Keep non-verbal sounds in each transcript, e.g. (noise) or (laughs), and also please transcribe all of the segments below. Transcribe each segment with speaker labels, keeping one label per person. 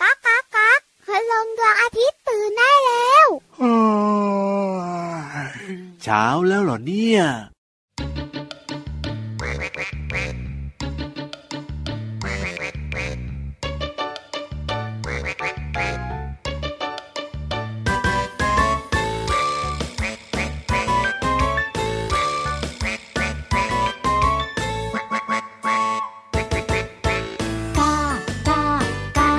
Speaker 1: ก๊ากก๊ากก๊ากพลงดวงอาทิตย์ตื่นได้แล้ว
Speaker 2: เช้าแล้วเหรอเนี่ย
Speaker 3: กากากา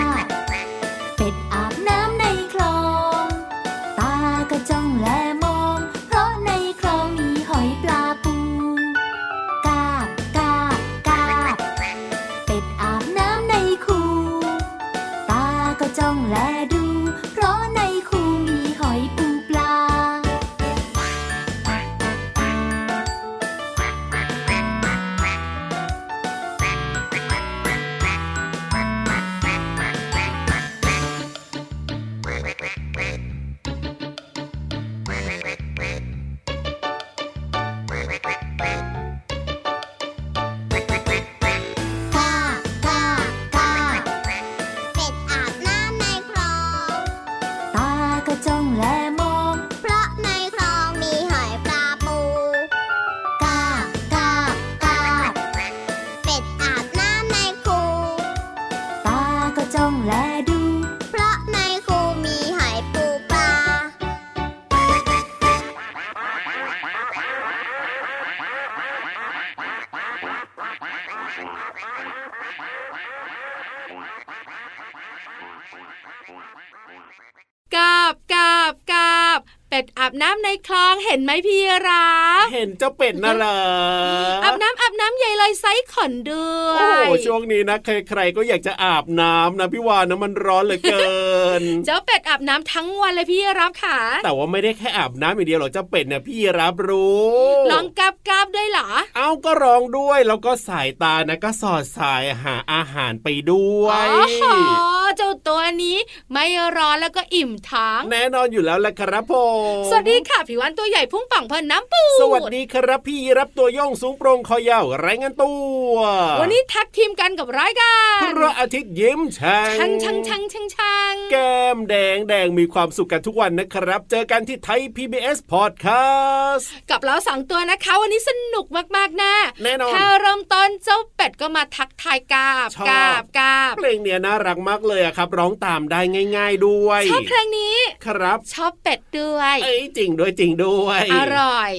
Speaker 3: เป็ดอาบน้ำในคลอง ตาก็จ้องแลมอง เพราะในคลองมีหอยปลาปู กากากาเป็ดอาบน้ำในคูตาก็จ้องแลดู เพราะในคูมีหอยปูปลา กากากา
Speaker 1: เป็ดอาบน้ำในคลอง
Speaker 3: ตาก็จ้องแลมอง
Speaker 1: เพราะในคลองมีหอยปลาปู
Speaker 3: กากากา
Speaker 1: เป็ดอาบน้ำในคู
Speaker 3: ตาก็จ้องแลดู
Speaker 1: เพราะในคูมีหอยปูปลา
Speaker 4: กาบกาบกาบเป็ดอาบน้ำในคลองเห็นไหมพี่รับ
Speaker 5: เห็นเจ้าเป็ดน่ะเหรอ
Speaker 4: อาบน้ำอาบน้ำใหญ่เลยไซส์ขอนด้วย
Speaker 5: โอ้โหช่วงนี้นะใครๆก็อยากจะอาบน้ำนะพี่วานนะมันร้อนเหลือเกิน
Speaker 4: เจ้าเป็ดอาบน้ำทั้งวันเลยพี่รับค่ะ
Speaker 5: แต่ว่าไม่ได้แค่อาบน้ำอย่างเดียวหรอกเจ้าเป็ดเนี่ยพี่รับรู้
Speaker 4: ลองกาบกาบด้วยเหรอ
Speaker 5: เอาก็ร้องด้วยแล้วก็สายตานะก็สอดสายหาอาหารไปด้วย
Speaker 4: โอ้โหเจ้าตัวนี้ไม่ร้อนแล้วก็อิ่มท้อง
Speaker 5: แน่นอนอยู่แล้วละครับผม
Speaker 4: สวัสดีค่ะผิววันตัวใหญ่พุ่งป่องเพลินน้ำปูด
Speaker 5: สวัสดีครับพี่รับตัวโย่องสูงโปรงคอยาวไรงานตัว
Speaker 4: วันนี้แทักทีมกันกับรายการ
Speaker 5: พระอาทิตย์ยิ้มแฉ่
Speaker 4: ชังชังชังชังชัง
Speaker 5: แก้มแดงแดงมีความสุขกันทุกวันนะครับ เจอกันที่ไทย PBS Podcast
Speaker 4: กับเราสองตัวนะคะ วันนี้สนุกมากๆนะ
Speaker 5: แน่นอน
Speaker 4: ถ้าเริ่มต้นเจ้าเป็ดก็มาทักทายกาบ
Speaker 5: ชอบ
Speaker 4: กาบกาบ
Speaker 5: เพลงเนี้ยน่ารักมากเลยอะครับ ร้องตามได้ง่าย ๆด้วย
Speaker 4: ชอบเพลงนี้
Speaker 5: ครับ
Speaker 4: ชอบเป็ดด้วย
Speaker 5: เอ้ยจริงด้วยจริงด้วย
Speaker 4: อร่อย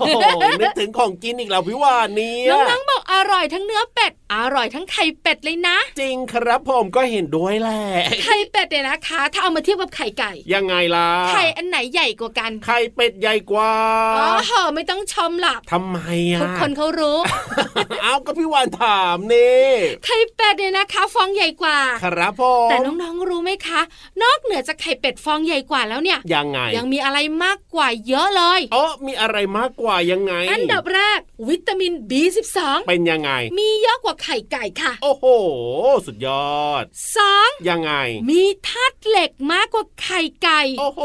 Speaker 5: โอ้โหนึกถึงของกินอีกแล้วพี่วานเนี่ย
Speaker 4: น้องๆบอกอร่อยทั้งเนื้อเป็ด อร่อยทั้งไข่เป็ดเลยนะ
Speaker 5: จริงครับผมก็เห็นด้วยแหละ
Speaker 4: ไข่เป็ดเนี่ยนะคะ ถ้าเอามาเทียบกับไข่ไก่
Speaker 5: ยังไงล่ะ
Speaker 4: ไข่อันไหนใหญ่กว่ากัน
Speaker 5: ไข่เป็ดใหญ่กว่า
Speaker 4: อ๋อเหอะไม่ต้องชมหรอก
Speaker 5: ทำไมอ่ะ
Speaker 4: ทุกคนเขารู้
Speaker 5: (laughs) เอาก็พี่วานถามนี่
Speaker 4: ไข่เป็ดเนี่ยนะคะฟองใหญ่กว่า
Speaker 5: ครับผม
Speaker 4: แต่น้องๆรู้ไหมคะ นอกเหนือจากไข่เป็ดฟองใหญ่กว่าแล้วเนี่ย
Speaker 5: ยังไง
Speaker 4: ยังมีอะไรมากกว่าเยอะเลย
Speaker 5: เอ๋อมีอะไรมากกว่ายังไง
Speaker 4: อันดับแรก วิตามิน B12
Speaker 5: เป็นยังไง
Speaker 4: มีเยอะกว่าไข่ไก่ค่ะ
Speaker 5: โอ้โห สุดยอด
Speaker 4: สอง
Speaker 5: ยังไง
Speaker 4: มีธาตุเหล็กมากกว่าไข่ไก่
Speaker 5: โอ้โห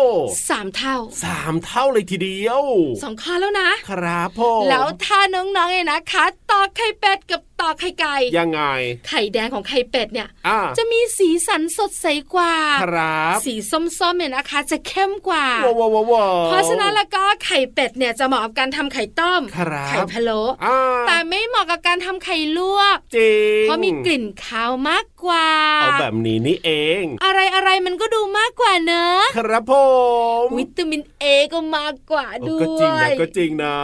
Speaker 4: สามเท่า
Speaker 5: สามเท่าเลยทีเดียว
Speaker 4: สองข้อแล้วนะ
Speaker 5: ครับผม
Speaker 4: แล้วถ้าน้องๆเนี่ยนะคะตอกไข่เป็ดกับตอกไข่ไก่
Speaker 5: ยังไง
Speaker 4: ไข่แดงของไข่เป็ดเนี่ย
Speaker 5: อ่า
Speaker 4: จะมีสีสันสดใสกว่า
Speaker 5: ครับ
Speaker 4: สีส้มๆเนี่ยนะคะ จะเข้มกว่า
Speaker 5: ว้าวว้าวว้าว
Speaker 4: เพราะฉะนั้นแล้วก็ไข่เป็ดเนี่ยจะเหมาะกับการทำไข่ต้ม
Speaker 5: ครับ
Speaker 4: ไข่พะโล้
Speaker 5: อ่า
Speaker 4: แต่ไม่เหมาะกับการทำไข่ลวก
Speaker 5: จริง
Speaker 4: เพราะมีกลิ่นคาวมากกว่า
Speaker 5: เอาแบบนี้นี่เอง
Speaker 4: อะไรอะไรๆมันก็ดูมากกว่าเนอะ
Speaker 5: ครับผม
Speaker 4: วิตามินเอก็มากกว่า
Speaker 5: เออ
Speaker 4: ด้
Speaker 5: ก็จริง
Speaker 4: ว
Speaker 5: นะ
Speaker 4: ย
Speaker 5: ก็จริงนะ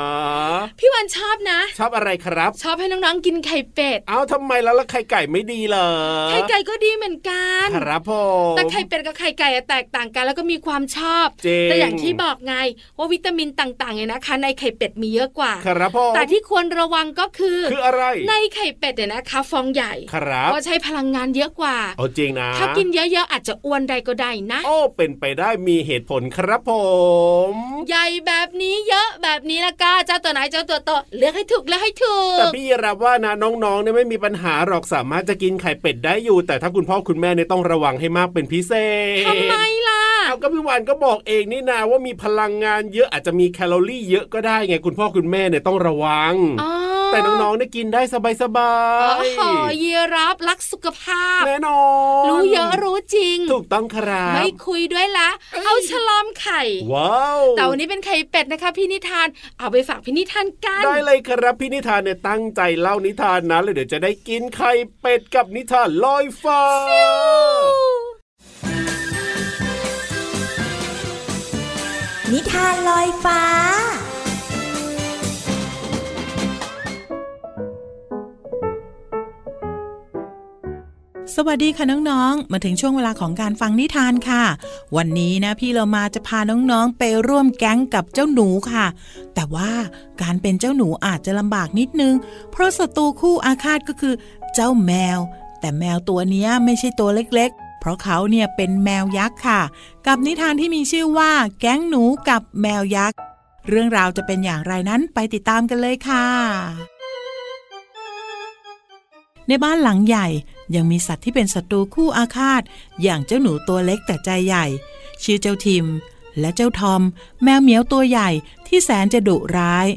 Speaker 4: พี่วันชอบนะ
Speaker 5: ชอบอะไรครับ
Speaker 4: ชอบให้น้องๆกินไข่เป็ด
Speaker 5: เอาทำไมแล้วล่ะไข่ไก่ไม่ดีเหรอ
Speaker 4: ไข่ไก่ก็ดีเหมือนกัน
Speaker 5: ครับผม
Speaker 4: แต่ไข่เป็ดกับไข่ไก่อะแตกต่างกันแล้วก็มีความชอบ
Speaker 5: จริง
Speaker 4: แต่อย่างที่บอกไงว่าวิตามินต่างๆเนี่ยนะคะ ในไข่เป็ดมีเยอะกว่า
Speaker 5: ครับผม
Speaker 4: แต่ที่ควรระวังก็คือ
Speaker 5: (laughs) คืออะไร
Speaker 4: ในไข่เป็ดเนี่ยนะคะ ฟองใหญ่
Speaker 5: ครับ
Speaker 4: ก็ใช้พลังงานเยอะกว่า
Speaker 5: เอาจริงนะ
Speaker 4: ถ้ากินเยอะๆอาจจะอ้วนได้ก็ได้นะ
Speaker 5: โอ้เป็นไปได้มีเหตุผลครับผม
Speaker 4: ใหญ่แบบนี้เยอะแบบนี้ละก็เจ้าตัวไหนเจ้าตัวโตเลือกให้ถูกเลือกให้ถู
Speaker 5: แต่
Speaker 4: ก
Speaker 5: พี่รับว่านะน้องๆเนี่ยไม่มีปัญหาหรอกสามารถจะกินไข่เป็ดได้อยู่ แต่ถ้าคุณพ่อคุณแม่เนี่ยต้องระวังให้มากเป็นพิเศษ
Speaker 4: ทำไมล่ะ
Speaker 5: เอาก็พี่วานก็บอกเองนี่นาว่ามีพลังงานเยอะอาจจะมีแคลอรี่เยอะก็ได้ไงคุณพ่อคุณแม่เนี่ยต้องระวัง
Speaker 4: อ๋อ
Speaker 5: แต่น้องๆเนี่ยกินได้สบา
Speaker 4: โอ้
Speaker 5: ย
Speaker 4: โหยีรับรักสุขภาพ
Speaker 5: แน่นอน
Speaker 4: รู้เยอะรู้จริง
Speaker 5: ถูกต้องครับ
Speaker 4: ไม่คุยด้วยละ เอาฉลามไข่
Speaker 5: ว้าว
Speaker 4: แต่วันนี้เป็นไข่เป็ดนะคะพี่นิทาน เอาไปฝากพี่นิทานกัน
Speaker 5: ได้เลยครับพี่นิทานเนี่ยตั้งใจเล่านิทานนะแล้วเดี๋ยวจะได้กินไข่เป็ดกับนิทานลอยฟ้า
Speaker 6: นิทานลอยฟ้า
Speaker 7: สวัสดีค่ะน้องๆ มาถึงช่วงเวลาของการฟังนิทานค่ะ วันนี้นะพี่เรามาจะพาน้องๆ ไปร่วมแก๊งกับเจ้าหนูค่ะ แต่ว่าการเป็นเจ้าหนูอาจจะลำบากนิดนึง เพราะศัตรูคู่อาฆาตก็คือ เจ้าแมว แต่แมวตัวเนี้ยไม่ใช่ตัวเล็กๆ เพราะเขาเนี่ยเป็นแมวยักษ์ค่ะ กับนิทานที่มีชื่อว่า แก๊งหนูกับแมวยักษ์ เรื่องราวจะเป็นอย่างไรนั้นไปติดตามกันเลยค่ะ ในบ้านหลังใหญ่ยังมีสัตว์ที่เป็นศัตรูคู่อาฆาต อย่างเจ้าหนูตัวเล็กแต่ใจใหญ่ ชื่อเจ้าทิม และเจ้าทอม แมวเหมียวตัวใหญ่ที่แสนจะดุร้าย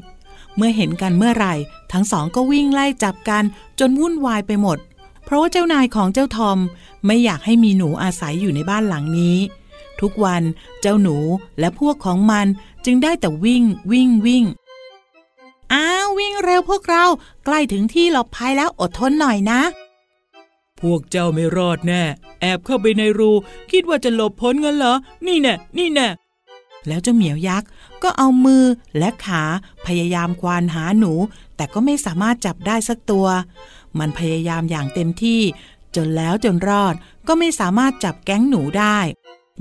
Speaker 7: เมื่อเห็นกันเมื่อไหร่ ทั้งสองก็วิ่งไล่จับกันจนวุ่นวายไปหมด เพราะว่าเจ้านายของเจ้าทอม ไม่อยากให้มีหนูอาศัยอยู่ในบ้านหลังนี้ ทุกวันเจ้าหนูและพวกของมันจึงได้แต่วิ่งวิ่งวิ่ง อ้าววิ่งเร็วพวกเราใกล้ถึงที่หลบภัยแล้วอดทนหน่อยนะ พวกเจ้าไม่รอดแน่ แอบเข้าไปในรู คิดว่าจะหลบพ้นกันเหรอ นี่แน่นี่แน่แล้วเจ้าเหมียวยักษ์ก็เอามือและขาพยายามควานหาหนู แต่ก็ไม่สามารถจับได้สักตัว มันพยายามอย่างเต็มที่ จนแล้วจนรอดก็ไม่สามารถจับแก๊งหนูได้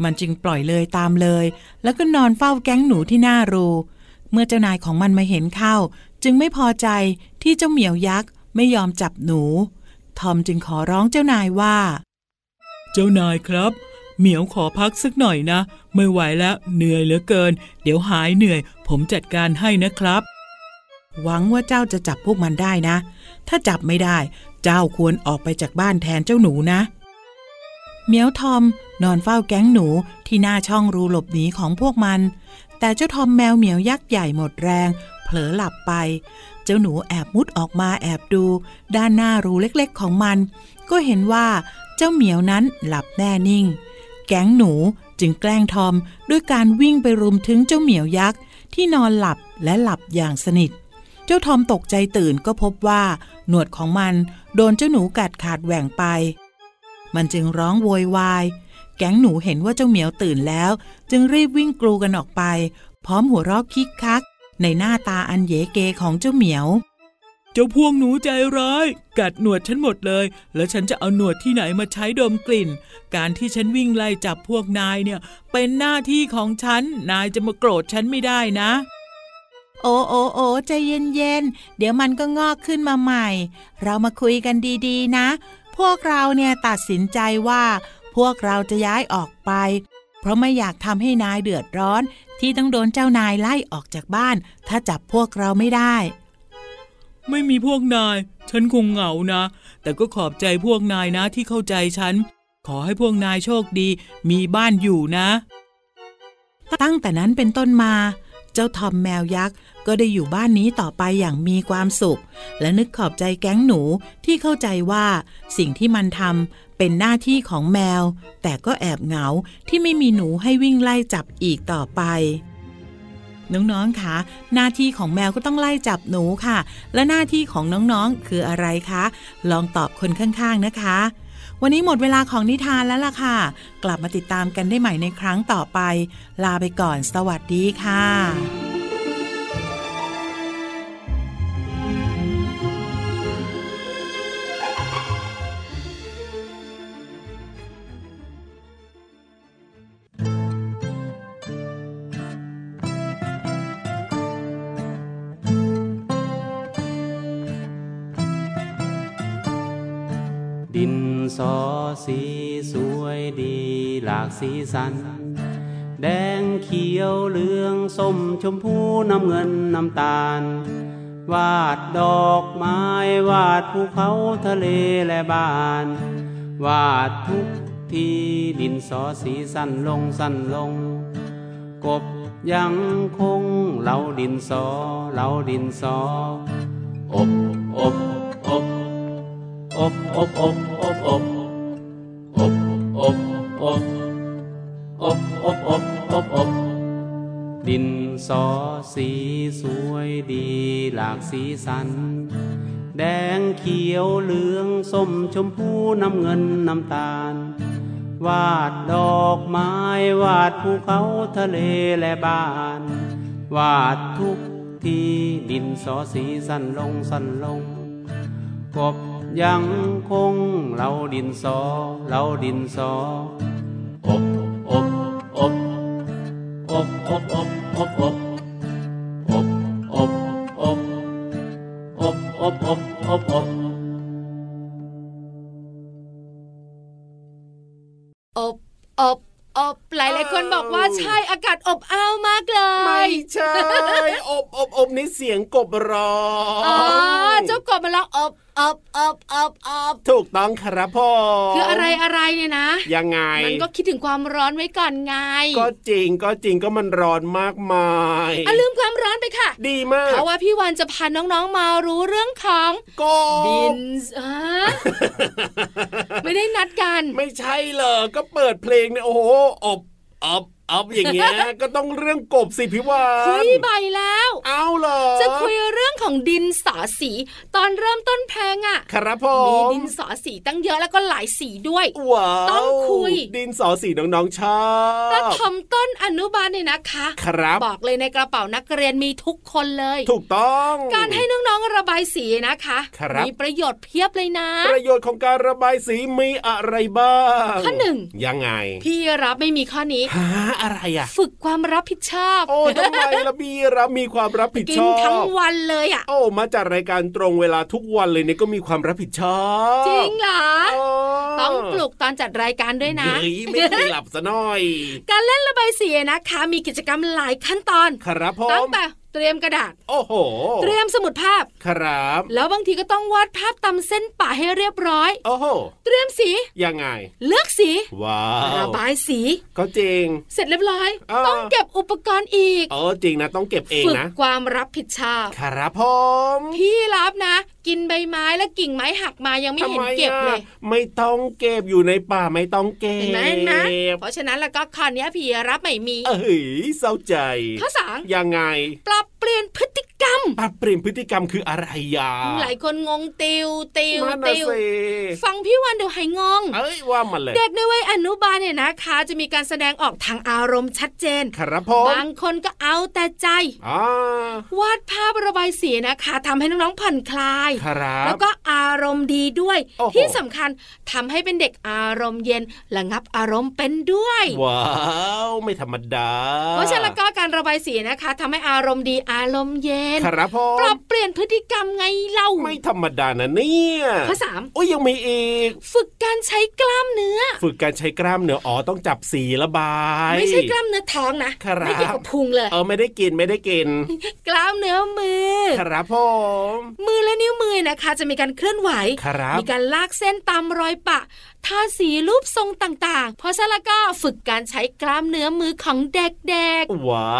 Speaker 7: มันจึงปล่อยเลยตามเลย แล้วก็นอนเฝ้าแก๊งหนูที่หน้ารู เมื่อเจ้านายของมันมาเห็นเข้า จึงไม่พอใจที่เจ้าเหมียวยักษ์ไม่ยอมจับหนู ทอมจึงขอร้องเจ้านายว่า เจ้านายครับ เหมียวขอพักสักหน่อยนะ ไม่ไหวแล้วเหนื่อยเหลือเกิน เดี๋ยวหายเหนื่อย ผมจัดการให้นะครับ หวังว่าเจ้าจะจับพวกมันได้นะ ถ้าจับไม่ได้ เจ้าควรออกไปจากบ้านแทนเจ้าหนูนะ เหมียวทอม นอนเฝ้าแก๊งหนูที่หน้าช่องรูหลบหนีของพวกมัน แต่เจ้าทอมแมวเหมียวยักษ์ใหญ่หมดแรง เผลอหลับไป เจ้าหนูแอบมุดออกมาแอบดู ด้านหน้ารูเล็กๆของมัน ก็เห็นว่าเจ้าเหมียวนั้นหลับแน่นิ่ง แก๊งหนูจึงแกล้งทอมด้วยการวิ่งไปรุมถึงเจ้าเหมียวยักษ์ที่นอนหลับและหลับอย่างสนิท เจ้าทอมตกใจตื่นก็พบว่า หนวดของมันโดนเจ้าหนูกัดขาดแหว่งไป มันจึงร้องโวยวาย แก๊งหนูเห็นว่าเจ้าเหมียวตื่นแล้ว จึงรีบวิ่งกลูกันออกไป พร้อมหัวเราะคิกคัก ในหน้าตาอันเยเกของเจ้าเหมียว เจ้าพวงหนูใจร้าย กัดหนวดฉันหมดเลย แล้วฉันจะเอาหนวดที่ไหนมาใช้ดมกลิ่น การที่ฉันวิ่งไล่จับพวกนายเนี่ย เป็นหน้าที่ของฉัน นายจะมาโกรธฉันไม่ได้นะ โอ้โอ้โอ้ใจเย็นเย็นๆเดี๋ยวมันก็งอกขึ้นมาใหม่ เรามาคุยกันดีๆนะ พวกเราเนี่ยตัดสินใจว่า พวกเราจะย้ายออกไป เพราะไม่อยากทำให้นายเดือดร้อน ที่ต้องโดนเจ้านายไล่ออกจากบ้าน ถ้าจับพวกเราไม่ได้ ไม่มีพวกนาย ฉันคงเหงานะ แต่ก็ขอบใจพวกนายนะที่เข้าใจฉัน ขอให้พวกนายโชคดี มีบ้านอยู่นะ ตั้งแต่นั้นเป็นต้นมา เจ้าทอมแมวยักษ์ก็ได้อยู่บ้านนี้ต่อไปอย่างมีความสุข และนึกขอบใจแก๊งหนูที่เข้าใจว่าสิ่งที่มันทำเป็นหน้าที่ของแมว แต่ก็แอบเหงาที่ไม่มีหนูให้วิ่งไล่จับอีกต่อไป น้องๆคะหน้าที่ของแมวก็ต้องไล่จับหนูค่ะ และหน้าที่ของน้องๆ คืออะไรคะ ลองตอบคนข้างๆนะคะ วันนี้หมดเวลาของนิทานแล้วล่ะค่ะ กลับมาติดตามกันได้ใหม่ในครั้งต่อไป ลาไปก่อน สวัสดีค่ะ
Speaker 8: ดินสอสีสวยดีหลากสีสัน แดงเขียวเหลืองส้มชมพูน้ำเงินน้ำตาล วาดดอกไม้วาดภูเขาทะเลและบ้าน วาดทุกทีดินสอสีสั้นลงสั้นลง กบยังคงเหลาดินสอเหลาดินสอ อบอบอบอบอบอบอบอบอบอบอบอบอบอบอบอบดินสอสีสวยดีหลากสีสัน แดงเขียวเหลืองส้มชมพูน้ำเงินน้ำตาล วาดดอกไม้วาดภูเขาทะเลและบ้าน วาดทุกที่ดินสอสีสั้นลงสั้นลง กบยังคงเราดินสอเราดินสออบอบอบอบอบอบอบอบอบอบอบอบอบอบอบอบ
Speaker 4: อบอบอบหลายหลายๆคนบอกว่าใช่อากาศอบอ้าวมากเล
Speaker 5: ไม่
Speaker 4: ย
Speaker 5: ใช่อบอบอบนี่เสียงกบร้อ
Speaker 4: อ๋อง เจ้ากบมันร้องอบอบอบอบอบ
Speaker 5: ถูกต้องครับพ่อ
Speaker 4: คืออะไรอะไรเนี่ยนะ
Speaker 5: ยังไง
Speaker 4: มันก็คิดถึงความร้อนไว้ก่อนไง
Speaker 5: ก็จริงก็จริงก็มันร้อนมากมาย
Speaker 4: อ่ะลืมความร้อนไปค่ะ
Speaker 5: ดีมาก
Speaker 4: เพราะว่าพี่วันจะพาน้องๆมารู้เรื่องของ
Speaker 5: ก
Speaker 4: บิ
Speaker 5: บ
Speaker 4: นอ่ะไม่ได้นัดกัน
Speaker 5: ไม่ใช่เหรอก็เปิดเพลงเนี่ยโอ้โหอบอบอบอย่างเงี้ย (laughs) ก็ต้องเรื่องกบสิพี่วาน
Speaker 4: คุยใบแล้ว
Speaker 5: เอาเหรอ
Speaker 4: จะคุยเรื่องของดินสอสี ตอนเริ่มต้นเพลงอ่ะ
Speaker 5: ครับผ
Speaker 4: มี
Speaker 5: ม
Speaker 4: ดินสอสีตั้งเยอะแล้วก็หลายสีด้วย
Speaker 5: ว้าว
Speaker 4: ต้องคุย
Speaker 5: ดินสอสีน้องๆชอบ
Speaker 4: ประถมต้นอนุบาลเนี่ยนะคะ
Speaker 5: ครับ
Speaker 4: บอกเลยในกระเป๋านักเรียนมีทุกคนเลย
Speaker 5: ถูกต้อง
Speaker 4: การให้น้องๆระบายสีนะคะ
Speaker 5: ครับ
Speaker 4: มีประโยชน์เพียบเลยนะ
Speaker 5: ประโยชน์ของการระบายสีมีอะไรบ้าง
Speaker 4: ข้อหนึ่ง
Speaker 5: ยังไง
Speaker 4: พี่รับไม่มีข้อนี้
Speaker 5: หาอะไรอ่ะ
Speaker 4: ฝึกความรับผิดชอบ
Speaker 5: โอ้ทำไมละพี่รับมีความรับผิด
Speaker 4: กิ
Speaker 5: ช
Speaker 4: น
Speaker 5: อบ
Speaker 4: ทั้งวันเลยอ่ะ
Speaker 5: โอ้มาจัดรายการตรงเวลาทุกวันเลยเนี่ยก็มีความรับผิดชอบ
Speaker 4: จริงเหรอ
Speaker 5: โ
Speaker 4: ต้องปลุกตอนจัดรายการด้วยนะ
Speaker 5: เฮ้ยไม่เคยหลับซะหน่อย
Speaker 4: การเล่นระบายสีนะคะ มีกิจกรรมหลายขั้นตอน
Speaker 5: ครับผ
Speaker 4: ตั้ง
Speaker 5: ม
Speaker 4: แต่เตรียมกระดาษ
Speaker 5: โอ้โห
Speaker 4: เตรียมสมุดภาพ
Speaker 5: ครับ
Speaker 4: แล้วบางทีก็ต้องวาดภาพตามเส้นป่าให้เรียบร้อย
Speaker 5: โอ้โห
Speaker 4: เตรียมสี
Speaker 5: ยังไง
Speaker 4: เลือกสี
Speaker 5: ว้า
Speaker 4: ระ
Speaker 5: ว
Speaker 4: บายสี
Speaker 5: ก็จริง
Speaker 4: เสร็จเรียบร้อย
Speaker 5: อ่า
Speaker 4: ต้องเก็บอุปกรณ์อีก
Speaker 5: เออจริงนะต้องเก็บเอง
Speaker 4: ฝึก
Speaker 5: นะ
Speaker 4: ความรับผิดชอบ
Speaker 5: ครับผม
Speaker 4: พี่รับนะ กินใบไม้และกิ่งไม้หักมายังไม่
Speaker 5: ทำ
Speaker 4: เห็น
Speaker 5: ไม
Speaker 4: เก็บเล
Speaker 5: อ่ะ
Speaker 4: ย
Speaker 5: ไม่ต้องเก็บอยู่ในป่าไม่ต้องเก็บ
Speaker 4: เห็นไหมเห็นไหมเพราะฉะนั้นแล้วก็ข้อเนี้ยพี่รับไม่มี
Speaker 5: เอ้ยเศร้าใจ
Speaker 4: ข้อสาม
Speaker 5: ยังไง
Speaker 4: ปรับเปลี่ยนพฤติกรรม
Speaker 5: ปรับเปลี่ยนพฤติกรรมคืออะไรยา
Speaker 4: หลายคนงงติวติว
Speaker 5: นั่นน่ะ
Speaker 4: ติว
Speaker 5: สิ
Speaker 4: ฟังพี่วันเดี๋ยวหายงง
Speaker 5: เอ้ยว่ามันเลย
Speaker 4: เด็กในวัยอนุบาลเนี่ยนะคะ จะมีการแสดงออกทางอารมณ์ชัดเจน
Speaker 5: ครับผม
Speaker 4: บางคนก็เอาแต่ใจ
Speaker 5: อ่าว
Speaker 4: าดภาพระบายสีนะคะทำให้น้องๆผ่อนคลาย
Speaker 5: ครั
Speaker 4: แล้ว
Speaker 5: บ
Speaker 4: ก็อารมณ์ดีด้วย
Speaker 5: โอ้โห
Speaker 4: ที่สำคัญทำให้เป็นเด็กอารมณ์เย็นระงับอารมณ์เป็นด้วย
Speaker 5: ว้าวไม่ธรรมดา
Speaker 4: เพราะฉะนั้นแล้วก็การระบายสีนะคะทำให้อารมณ์ดีอารมณ์เย็น
Speaker 5: ครับผ
Speaker 4: ปรั
Speaker 5: ม
Speaker 4: บเปลี่ยนพฤติกรรมไงเล่า
Speaker 5: ไม่ธรรมดานะเนี่ย
Speaker 4: ข้อสาม
Speaker 5: โอ้ยยังมีอีก
Speaker 4: ฝึกการใช้กล้ามเนื้อ
Speaker 5: ฝึกการใช้กล้ามเนื้ออ๋อต้องจับสีระบาย
Speaker 4: ไม่ใช่กล้ามเนื้อท้องนะครับ ไม่เกี่ยวกับพุงเลย
Speaker 5: เออไม่ได้กินไม่ได้กิน
Speaker 4: กล้ามเนื้อมือ
Speaker 5: ครับผม
Speaker 4: มือและนิ้วมือนะคะ จะมีการเคลื่อนไหว
Speaker 5: ครับ
Speaker 4: มีการลากเส้นตามรอยปะทาสีรูปทรงต่างๆ เพราะฉะนั้นแล้วก็ฝึกการใช้กล้ามเนื้อมือของเด็ก
Speaker 5: ว้า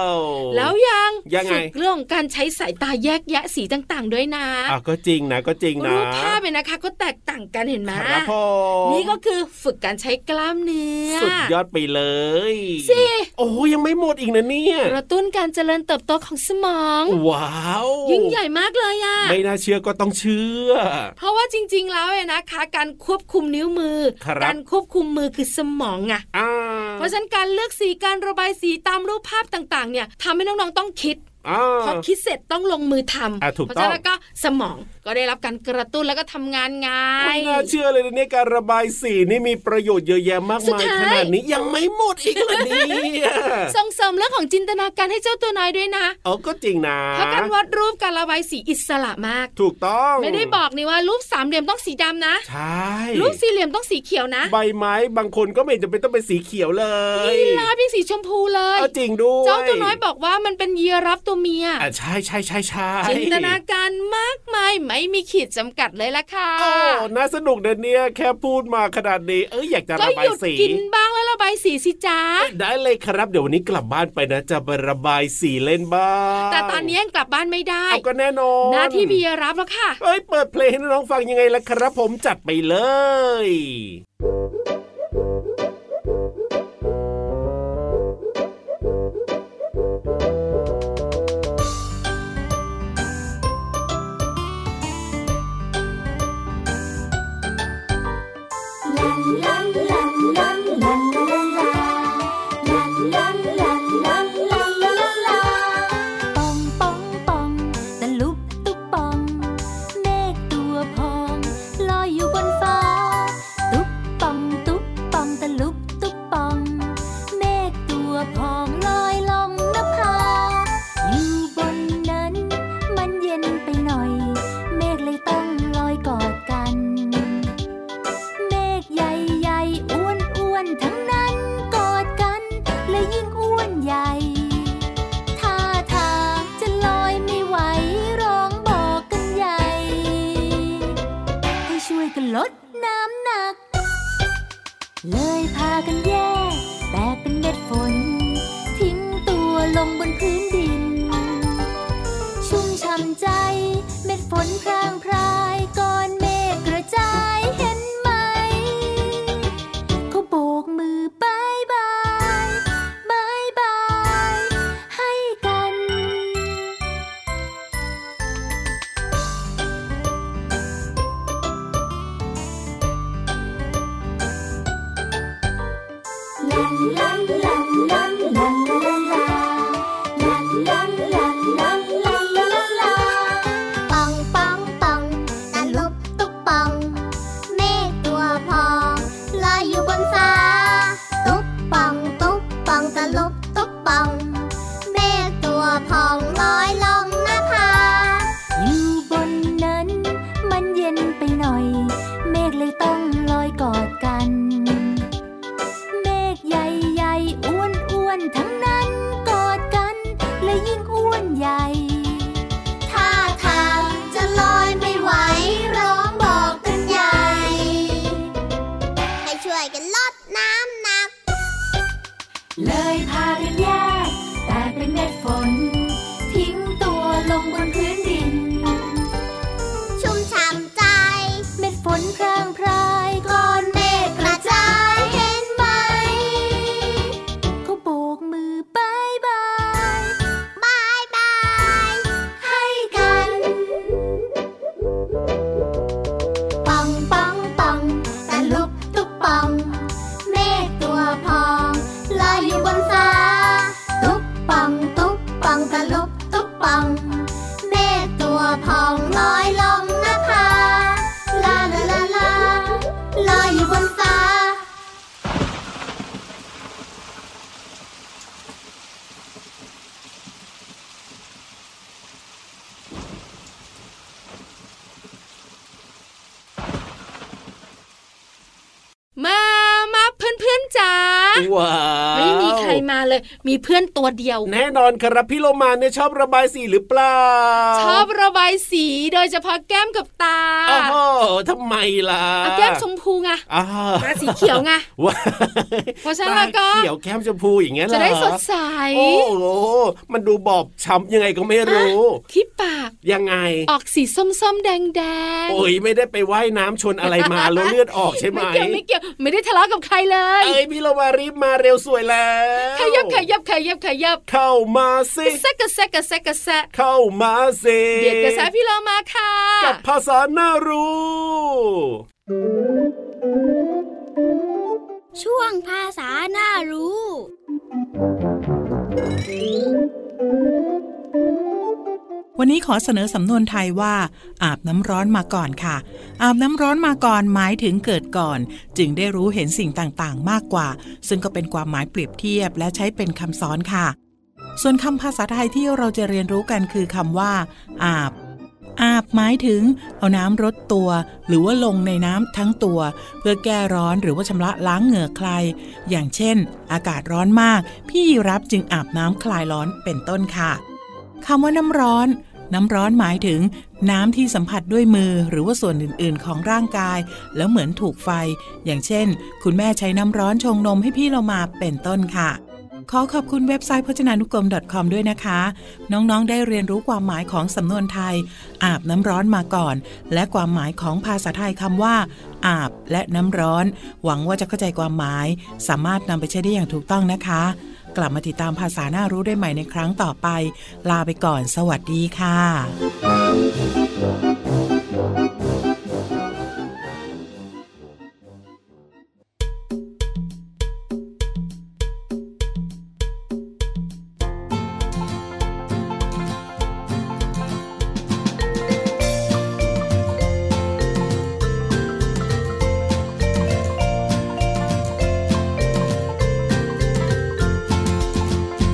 Speaker 5: ว
Speaker 4: ๆ แล้วยัง
Speaker 5: ยังไง
Speaker 4: ฝึกเรื่องของการใช้สายตาแยกแยะสีต่างๆ ด้วยนะ
Speaker 5: อ่ะก็จริงนะก็จริงนะ
Speaker 4: รูปภาพเนี่ยนะคะ ก็แตกต่างกันเห็นไหม
Speaker 5: ครับผม
Speaker 4: นี่ก็คือฝึกการใช้กล้ามเนื้อ
Speaker 5: สุดยอดไปเลย
Speaker 4: สิ
Speaker 5: โอ้ยยังไม่หมดอีกนะเนี่ย
Speaker 4: กระตุ้นการเจริญเติบโตของสมอง
Speaker 5: ว้าว
Speaker 4: ยิ่งใหญ่มากเลยอะ
Speaker 5: ไม่น่าเชื่อก็ต้องเชื่อ
Speaker 4: เพราะว่าจริงๆ แล้วเนี่ยนะคะ การควบคุมนิ้วมือ
Speaker 5: ครับ
Speaker 4: การควบคุมมือคือสมองไง
Speaker 5: อ่า
Speaker 4: เพราะฉะนั้นการเลือกสีการระบายสีตามรูปภาพต่างๆ เนี่ยทำให้น้องๆต้องคิด
Speaker 5: อ่า
Speaker 4: พอคิดเสร็จต้องลงมือทำ
Speaker 5: อ่ะถูก
Speaker 4: เพ
Speaker 5: ต้อง
Speaker 4: ราะฉะนั้นแล้วก็สมองก็ได้รับการกระตุ้นแล้วก็ทำงานไง
Speaker 5: ไม่น่าเชื่อเลยนะเนี่ยการระบายสีนี่มีประโยชน์เยอะแยะมาก
Speaker 4: สุด
Speaker 5: มาย
Speaker 4: ท้าย
Speaker 5: ขนาดนี้ยังไม่หมดอีกเลยเนี่ย
Speaker 4: ส่งเสริมเรื่องของจินตนาการให้เจ้าตัวน้อยด้วยนะ
Speaker 5: เออก็จริงนะ
Speaker 4: เพราะการวาดรูปการระบายสีอิสระมาก
Speaker 5: ถูกต้อง
Speaker 4: ไม่ได้บอกนี่ว่ารูปสามเหลี่ยมต้องสีดำนะ
Speaker 5: ใช่
Speaker 4: รูปสี่เหลี่ยมต้องสีเขียวนะ
Speaker 5: ใบไม้บางคนก็ไม่จำเป็นต้องเป็นสีเขียวเลย
Speaker 4: ยีราฟยังสีชมพูเลย
Speaker 5: เอาจริงด้วย
Speaker 4: เจ้าตัวน้อยบอกว่ามันเป็นยีรับตัวเมีย
Speaker 5: อ่ะใช่ใช่ใช่ใช่
Speaker 4: จินตนาการมากมายไม่มีขีดจำกัดเลยล่ะค่ะ
Speaker 5: โอ้น่าสนุกนะเนี่ยแค่พูดมาขนาดนี้เอออยากจะ
Speaker 4: ก็
Speaker 5: ระ
Speaker 4: ห
Speaker 5: บาย
Speaker 4: ยุด
Speaker 5: สี
Speaker 4: กินบ้างแล้วระ บายสีสิจ้า
Speaker 5: ได้เลยครับ เดี๋ยววันนี้กลับบ้านไปนะ จะไประบายสีเล่นบ้าง
Speaker 4: แต่ตอนนี้ยังกลับบ้านไม่ได้
Speaker 5: เอาก็แน่นอน
Speaker 4: หน้าที่พี่รับแล้วค่ะ
Speaker 5: เอ้ยเปิดเพลงให้น้องๆฟังยังไงล่ะครับ ผมจัดไปเลย
Speaker 3: ป่องป่องป่องตะลุบตุบป่องเมฆตัวพองลอยอยู่บนฟ้า ตุบป่องตุบป่องตะลุบตุบป่องเมฆตัวพองลอยลงนภาอยู่บนนั้น มันเย็นไปหน่อย เมฆเลยต้องลอยกอดกัน เมฆใหญ่ๆอ้วนอ้วนๆทั้งนั้นกอดกันและยิ่งอ้วนใหญ่ ท่าทางจะลอยไม่ไหวร้องบอกกันใหญ่ ให้ช่วยกันลดน้ำหนัก เลยพากันแยกแตกเป็นเม็ดฝน ทิ้งตัวลงบนพื้นดิน ชุ่มช่ำใจ เม็ดฝนพรางพรายก้อนเมฆกระจายเห็นไหม เขาโบกมือบายบายบายบาย ให้กัน
Speaker 1: ปองปองปองตะลุบตุกปอง เมฆตัวพองลอยอยู่บนฟ้า ตุกปองตุกปองตะลุบตุกปอง เมฆตัวพองลอยลงหน้าผา
Speaker 3: อยู่บนนั้น มันเย็นไปหน่อย เมฆเลยต้องลอยกอดกัน เมฆใหญ่ๆอ้วนอ้วนๆทั้งนั้นกอดกันและยิ่งอ้วนใหญ่
Speaker 1: ท่าทางจะลอยไม่ไหวร้องบอกกันใหญ่ ให้ช่วยกันลดน้ำหนัก
Speaker 3: เลยพากันแยกแต่เป็นเม็ดฝน ทิ้งตัวลงบนพื้นดิน
Speaker 1: ชุ่มช่ำใจ
Speaker 3: เม็ดฝนพรางพรายก้อนเมฆกระจายเห็นไหม เขาโบกมือบายบาย
Speaker 1: บายบาย ให้กัน ปองปองปองตะลุกตุกปอง เมฆตัวพองลอยอยู่บนฟ้า ตุกปองตุกปองตะลุกตุกปอง เมฆตัวพองลอยลงนภาลาลาลาลาลอยอยู่บนฟ้า
Speaker 4: มามาเพื่อนๆจ๋า
Speaker 5: ว้า
Speaker 4: ไม่มีใครมาเลย มีเพื่อนตัวเดียว
Speaker 5: แน่นอนครับพี่โลมาเนี่ยชอบระบายสีหรือเปล่า
Speaker 4: ชอบระบายสีโดยเฉพาะแก้มกับตา
Speaker 5: อ้าวโหทำไมล่ะ
Speaker 4: เอาแก้มชมพูไง
Speaker 5: อ้า
Speaker 4: ตาสีเขียวไง
Speaker 5: ว้า
Speaker 4: (laughs) เพราะฉะนั้นแล้วก็
Speaker 5: ตาเขียวแก้มชมพูอย่างเงี้ยเหรอ
Speaker 4: จะได้สดใส
Speaker 5: โอ้โหมันดูบอบช้ำยังไงก็ไม่รู้
Speaker 4: ที่ปาก
Speaker 5: ยังไง
Speaker 4: ออกสีส้มๆแดงๆ
Speaker 5: โอ้ยไม่ได้ไปไว่ายน้ำชนอะไรมา แล้วเลือดออกใช่ไหม
Speaker 4: ไม่เกี่ยวไม่เกี่ยวไม่ได้ทะเลาะกับใครเลย
Speaker 5: เอ้ยพี่เรามารีบมาเร็วสวยแล้ว
Speaker 4: ขยับขยับขยับขยับ
Speaker 5: เข้ามาสิ
Speaker 4: กระแซะกระแซะกระแซะกระแซะ
Speaker 5: เข้ามาสิ
Speaker 4: เบียดกระแซะพี่เรามาค่ะ
Speaker 5: กับภาษาน่ารู้
Speaker 1: ช่วงภาษาน่ารู้
Speaker 7: วันนี้ขอเสนอสำนวนไทยว่า อาบน้ำร้อนมาก่อนค่ะ อาบน้ำร้อนมาก่อนหมายถึงเกิดก่อน จึงได้รู้เห็นสิ่งต่างๆ มากกว่า ซึ่งก็เป็นความหมายเปรียบเทียบและใช้เป็นคำสอนค่ะ ส่วนคำภาษาไทยที่เราจะเรียนรู้กันคือคำว่า อาบ อาบหมายถึง เอาน้ำรดตัว หรือว่าลงในน้ำทั้งตัว เพื่อแก้ร้อนหรือว่าชำระล้างเหงื่อใคร อย่างเช่น อากาศร้อนมาก พี่รับจึงอาบน้ำคลายร้อนเป็นต้นค่ะ คำว่าน้ำร้อน น้ำร้อนหมายถึง น้ำที่สัมผัสด้วยมือหรือว่าส่วนอื่นๆ ของร่างกาย แล้วเหมือนถูกไฟ อย่างเช่น คุณแม่ใช้น้ำร้อนชงนมให้พี่เรามาเป็นต้นค่ะ ขอขอบคุณเว็บไซต์พจนานุกรม .com ด้วยนะคะ น้องๆ ได้เรียนรู้ความหมายของสำนวนไทย อาบน้ำร้อนมาก่อน และความหมายของภาษาไทยคำว่า อาบและน้ำร้อน หวังว่าจะเข้าใจความหมาย สามารถนำไปใช้ได้อย่างถูกต้องนะคะ กลับมาติดตามภาษาหน้ารู้ได้ใหม่ในครั้งต่อไป ลาไปก่อน สวัสดีค่ะ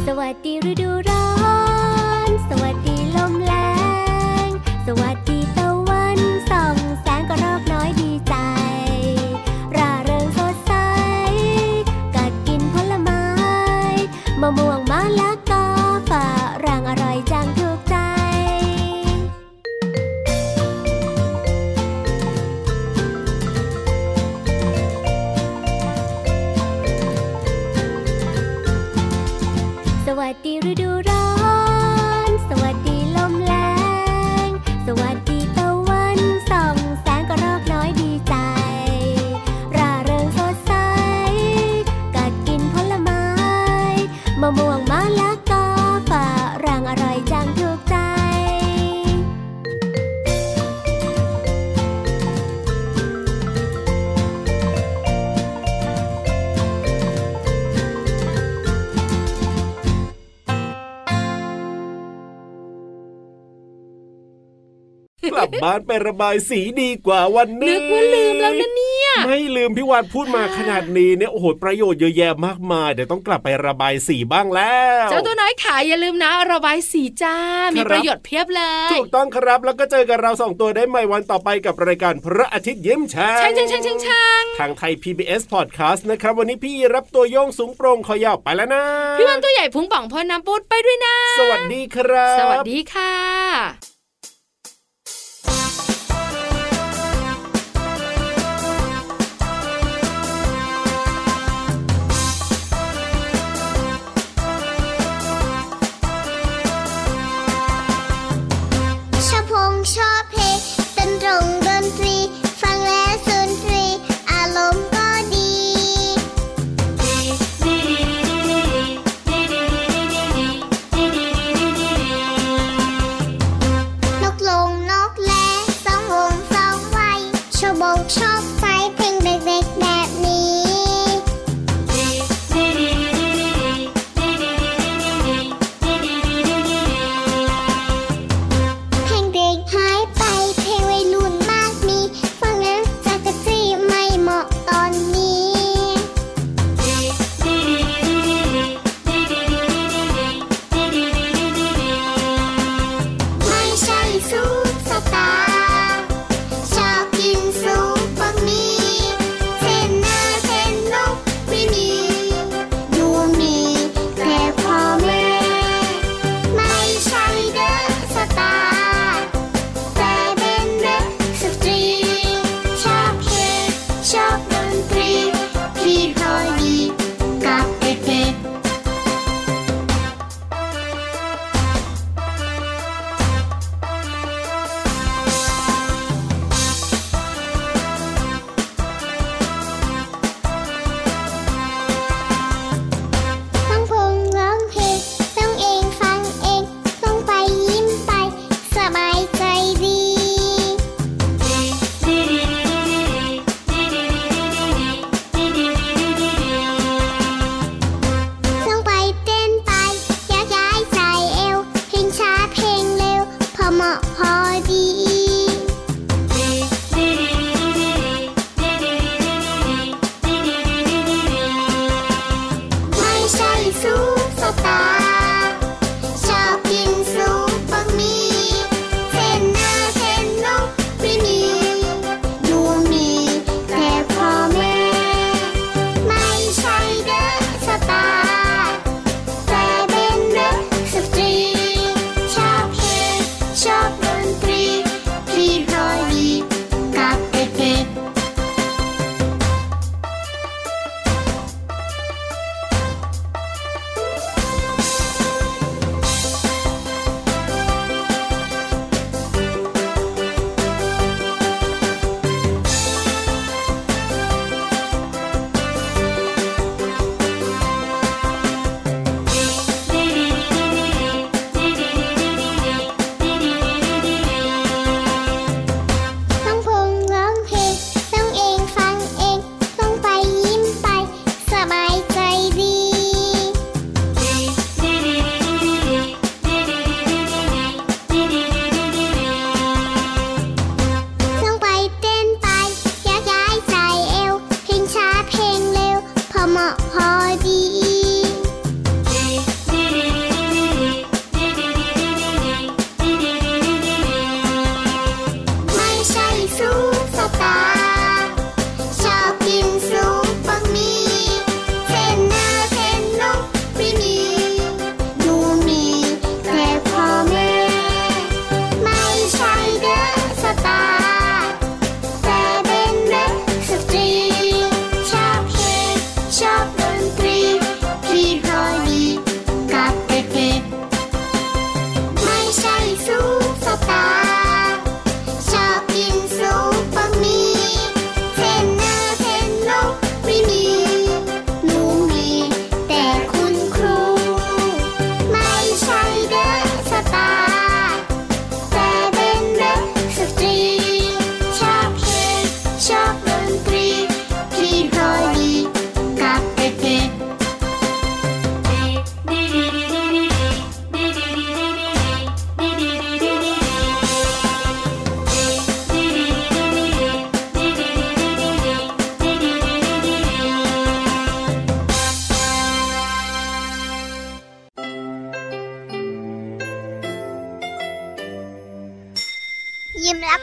Speaker 9: สวัสดีฤดูร้อน สวัสดีลมแรงสวัสดีตะวันส่องแสงกระรอกน้อยดีใจ ร่าเริงสดใส กัดกินผลไม้ มะม่วงมะละกอฝรั่งอร่อยจังถูกใจ สวัสดีฤดูร้อน สวัสดีลมแรง สวัสดีตะวันส่องแสงกระรอกน้อยดีใจ ร่าเริงสดใส กัดกินผลไม้ มะม่วงมะละกอฝรั่งอร่อยจังถูกใจ
Speaker 5: (laughs) กลับบ้านไประบายสีดีกว่าวันนี้
Speaker 4: นึกว่าลืมแล้วนะเนี่ย
Speaker 5: ไม่ลืมพี่วานพูดมาขนาดนี้เนี่ยโอ้โหประโยชน์เยอะแยะมากมายเดี๋ยวต้องกลับไประบายสีบ้างแล้ว
Speaker 4: เจ้าตัวน้อยขาอย่าลืมนะระบายสีจ้า มีประโยชน์เพียบเลย
Speaker 5: ถูกต้องครับแล้วก็เจอกับเราสองตัวได้ใหม่วันต่อไปกับรายการพระอาทิตย์ยิ้มแฉ่
Speaker 4: ช่างช่างช่างช่างช่าง
Speaker 5: ทางไทย PBS Podcast นะครับ วันนี้พี่รับตัวโยงสูงโปร่งคอยาวไปแล้วนะ
Speaker 4: พี่วันตัวใหญ่พุงป่องพอน้ำปูดไปด้วยนะ
Speaker 5: สวัสดีครับ
Speaker 4: สวัสดีค่ะ
Speaker 9: ชอบพงชอบเพลงดนตรงดนตรี ฟังแล้วสุนทรี อารมณ์ก็ดี
Speaker 1: ช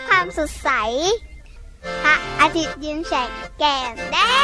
Speaker 1: ความสดใส พระอาทิตย์ยิ้มแฉกแก้มแดง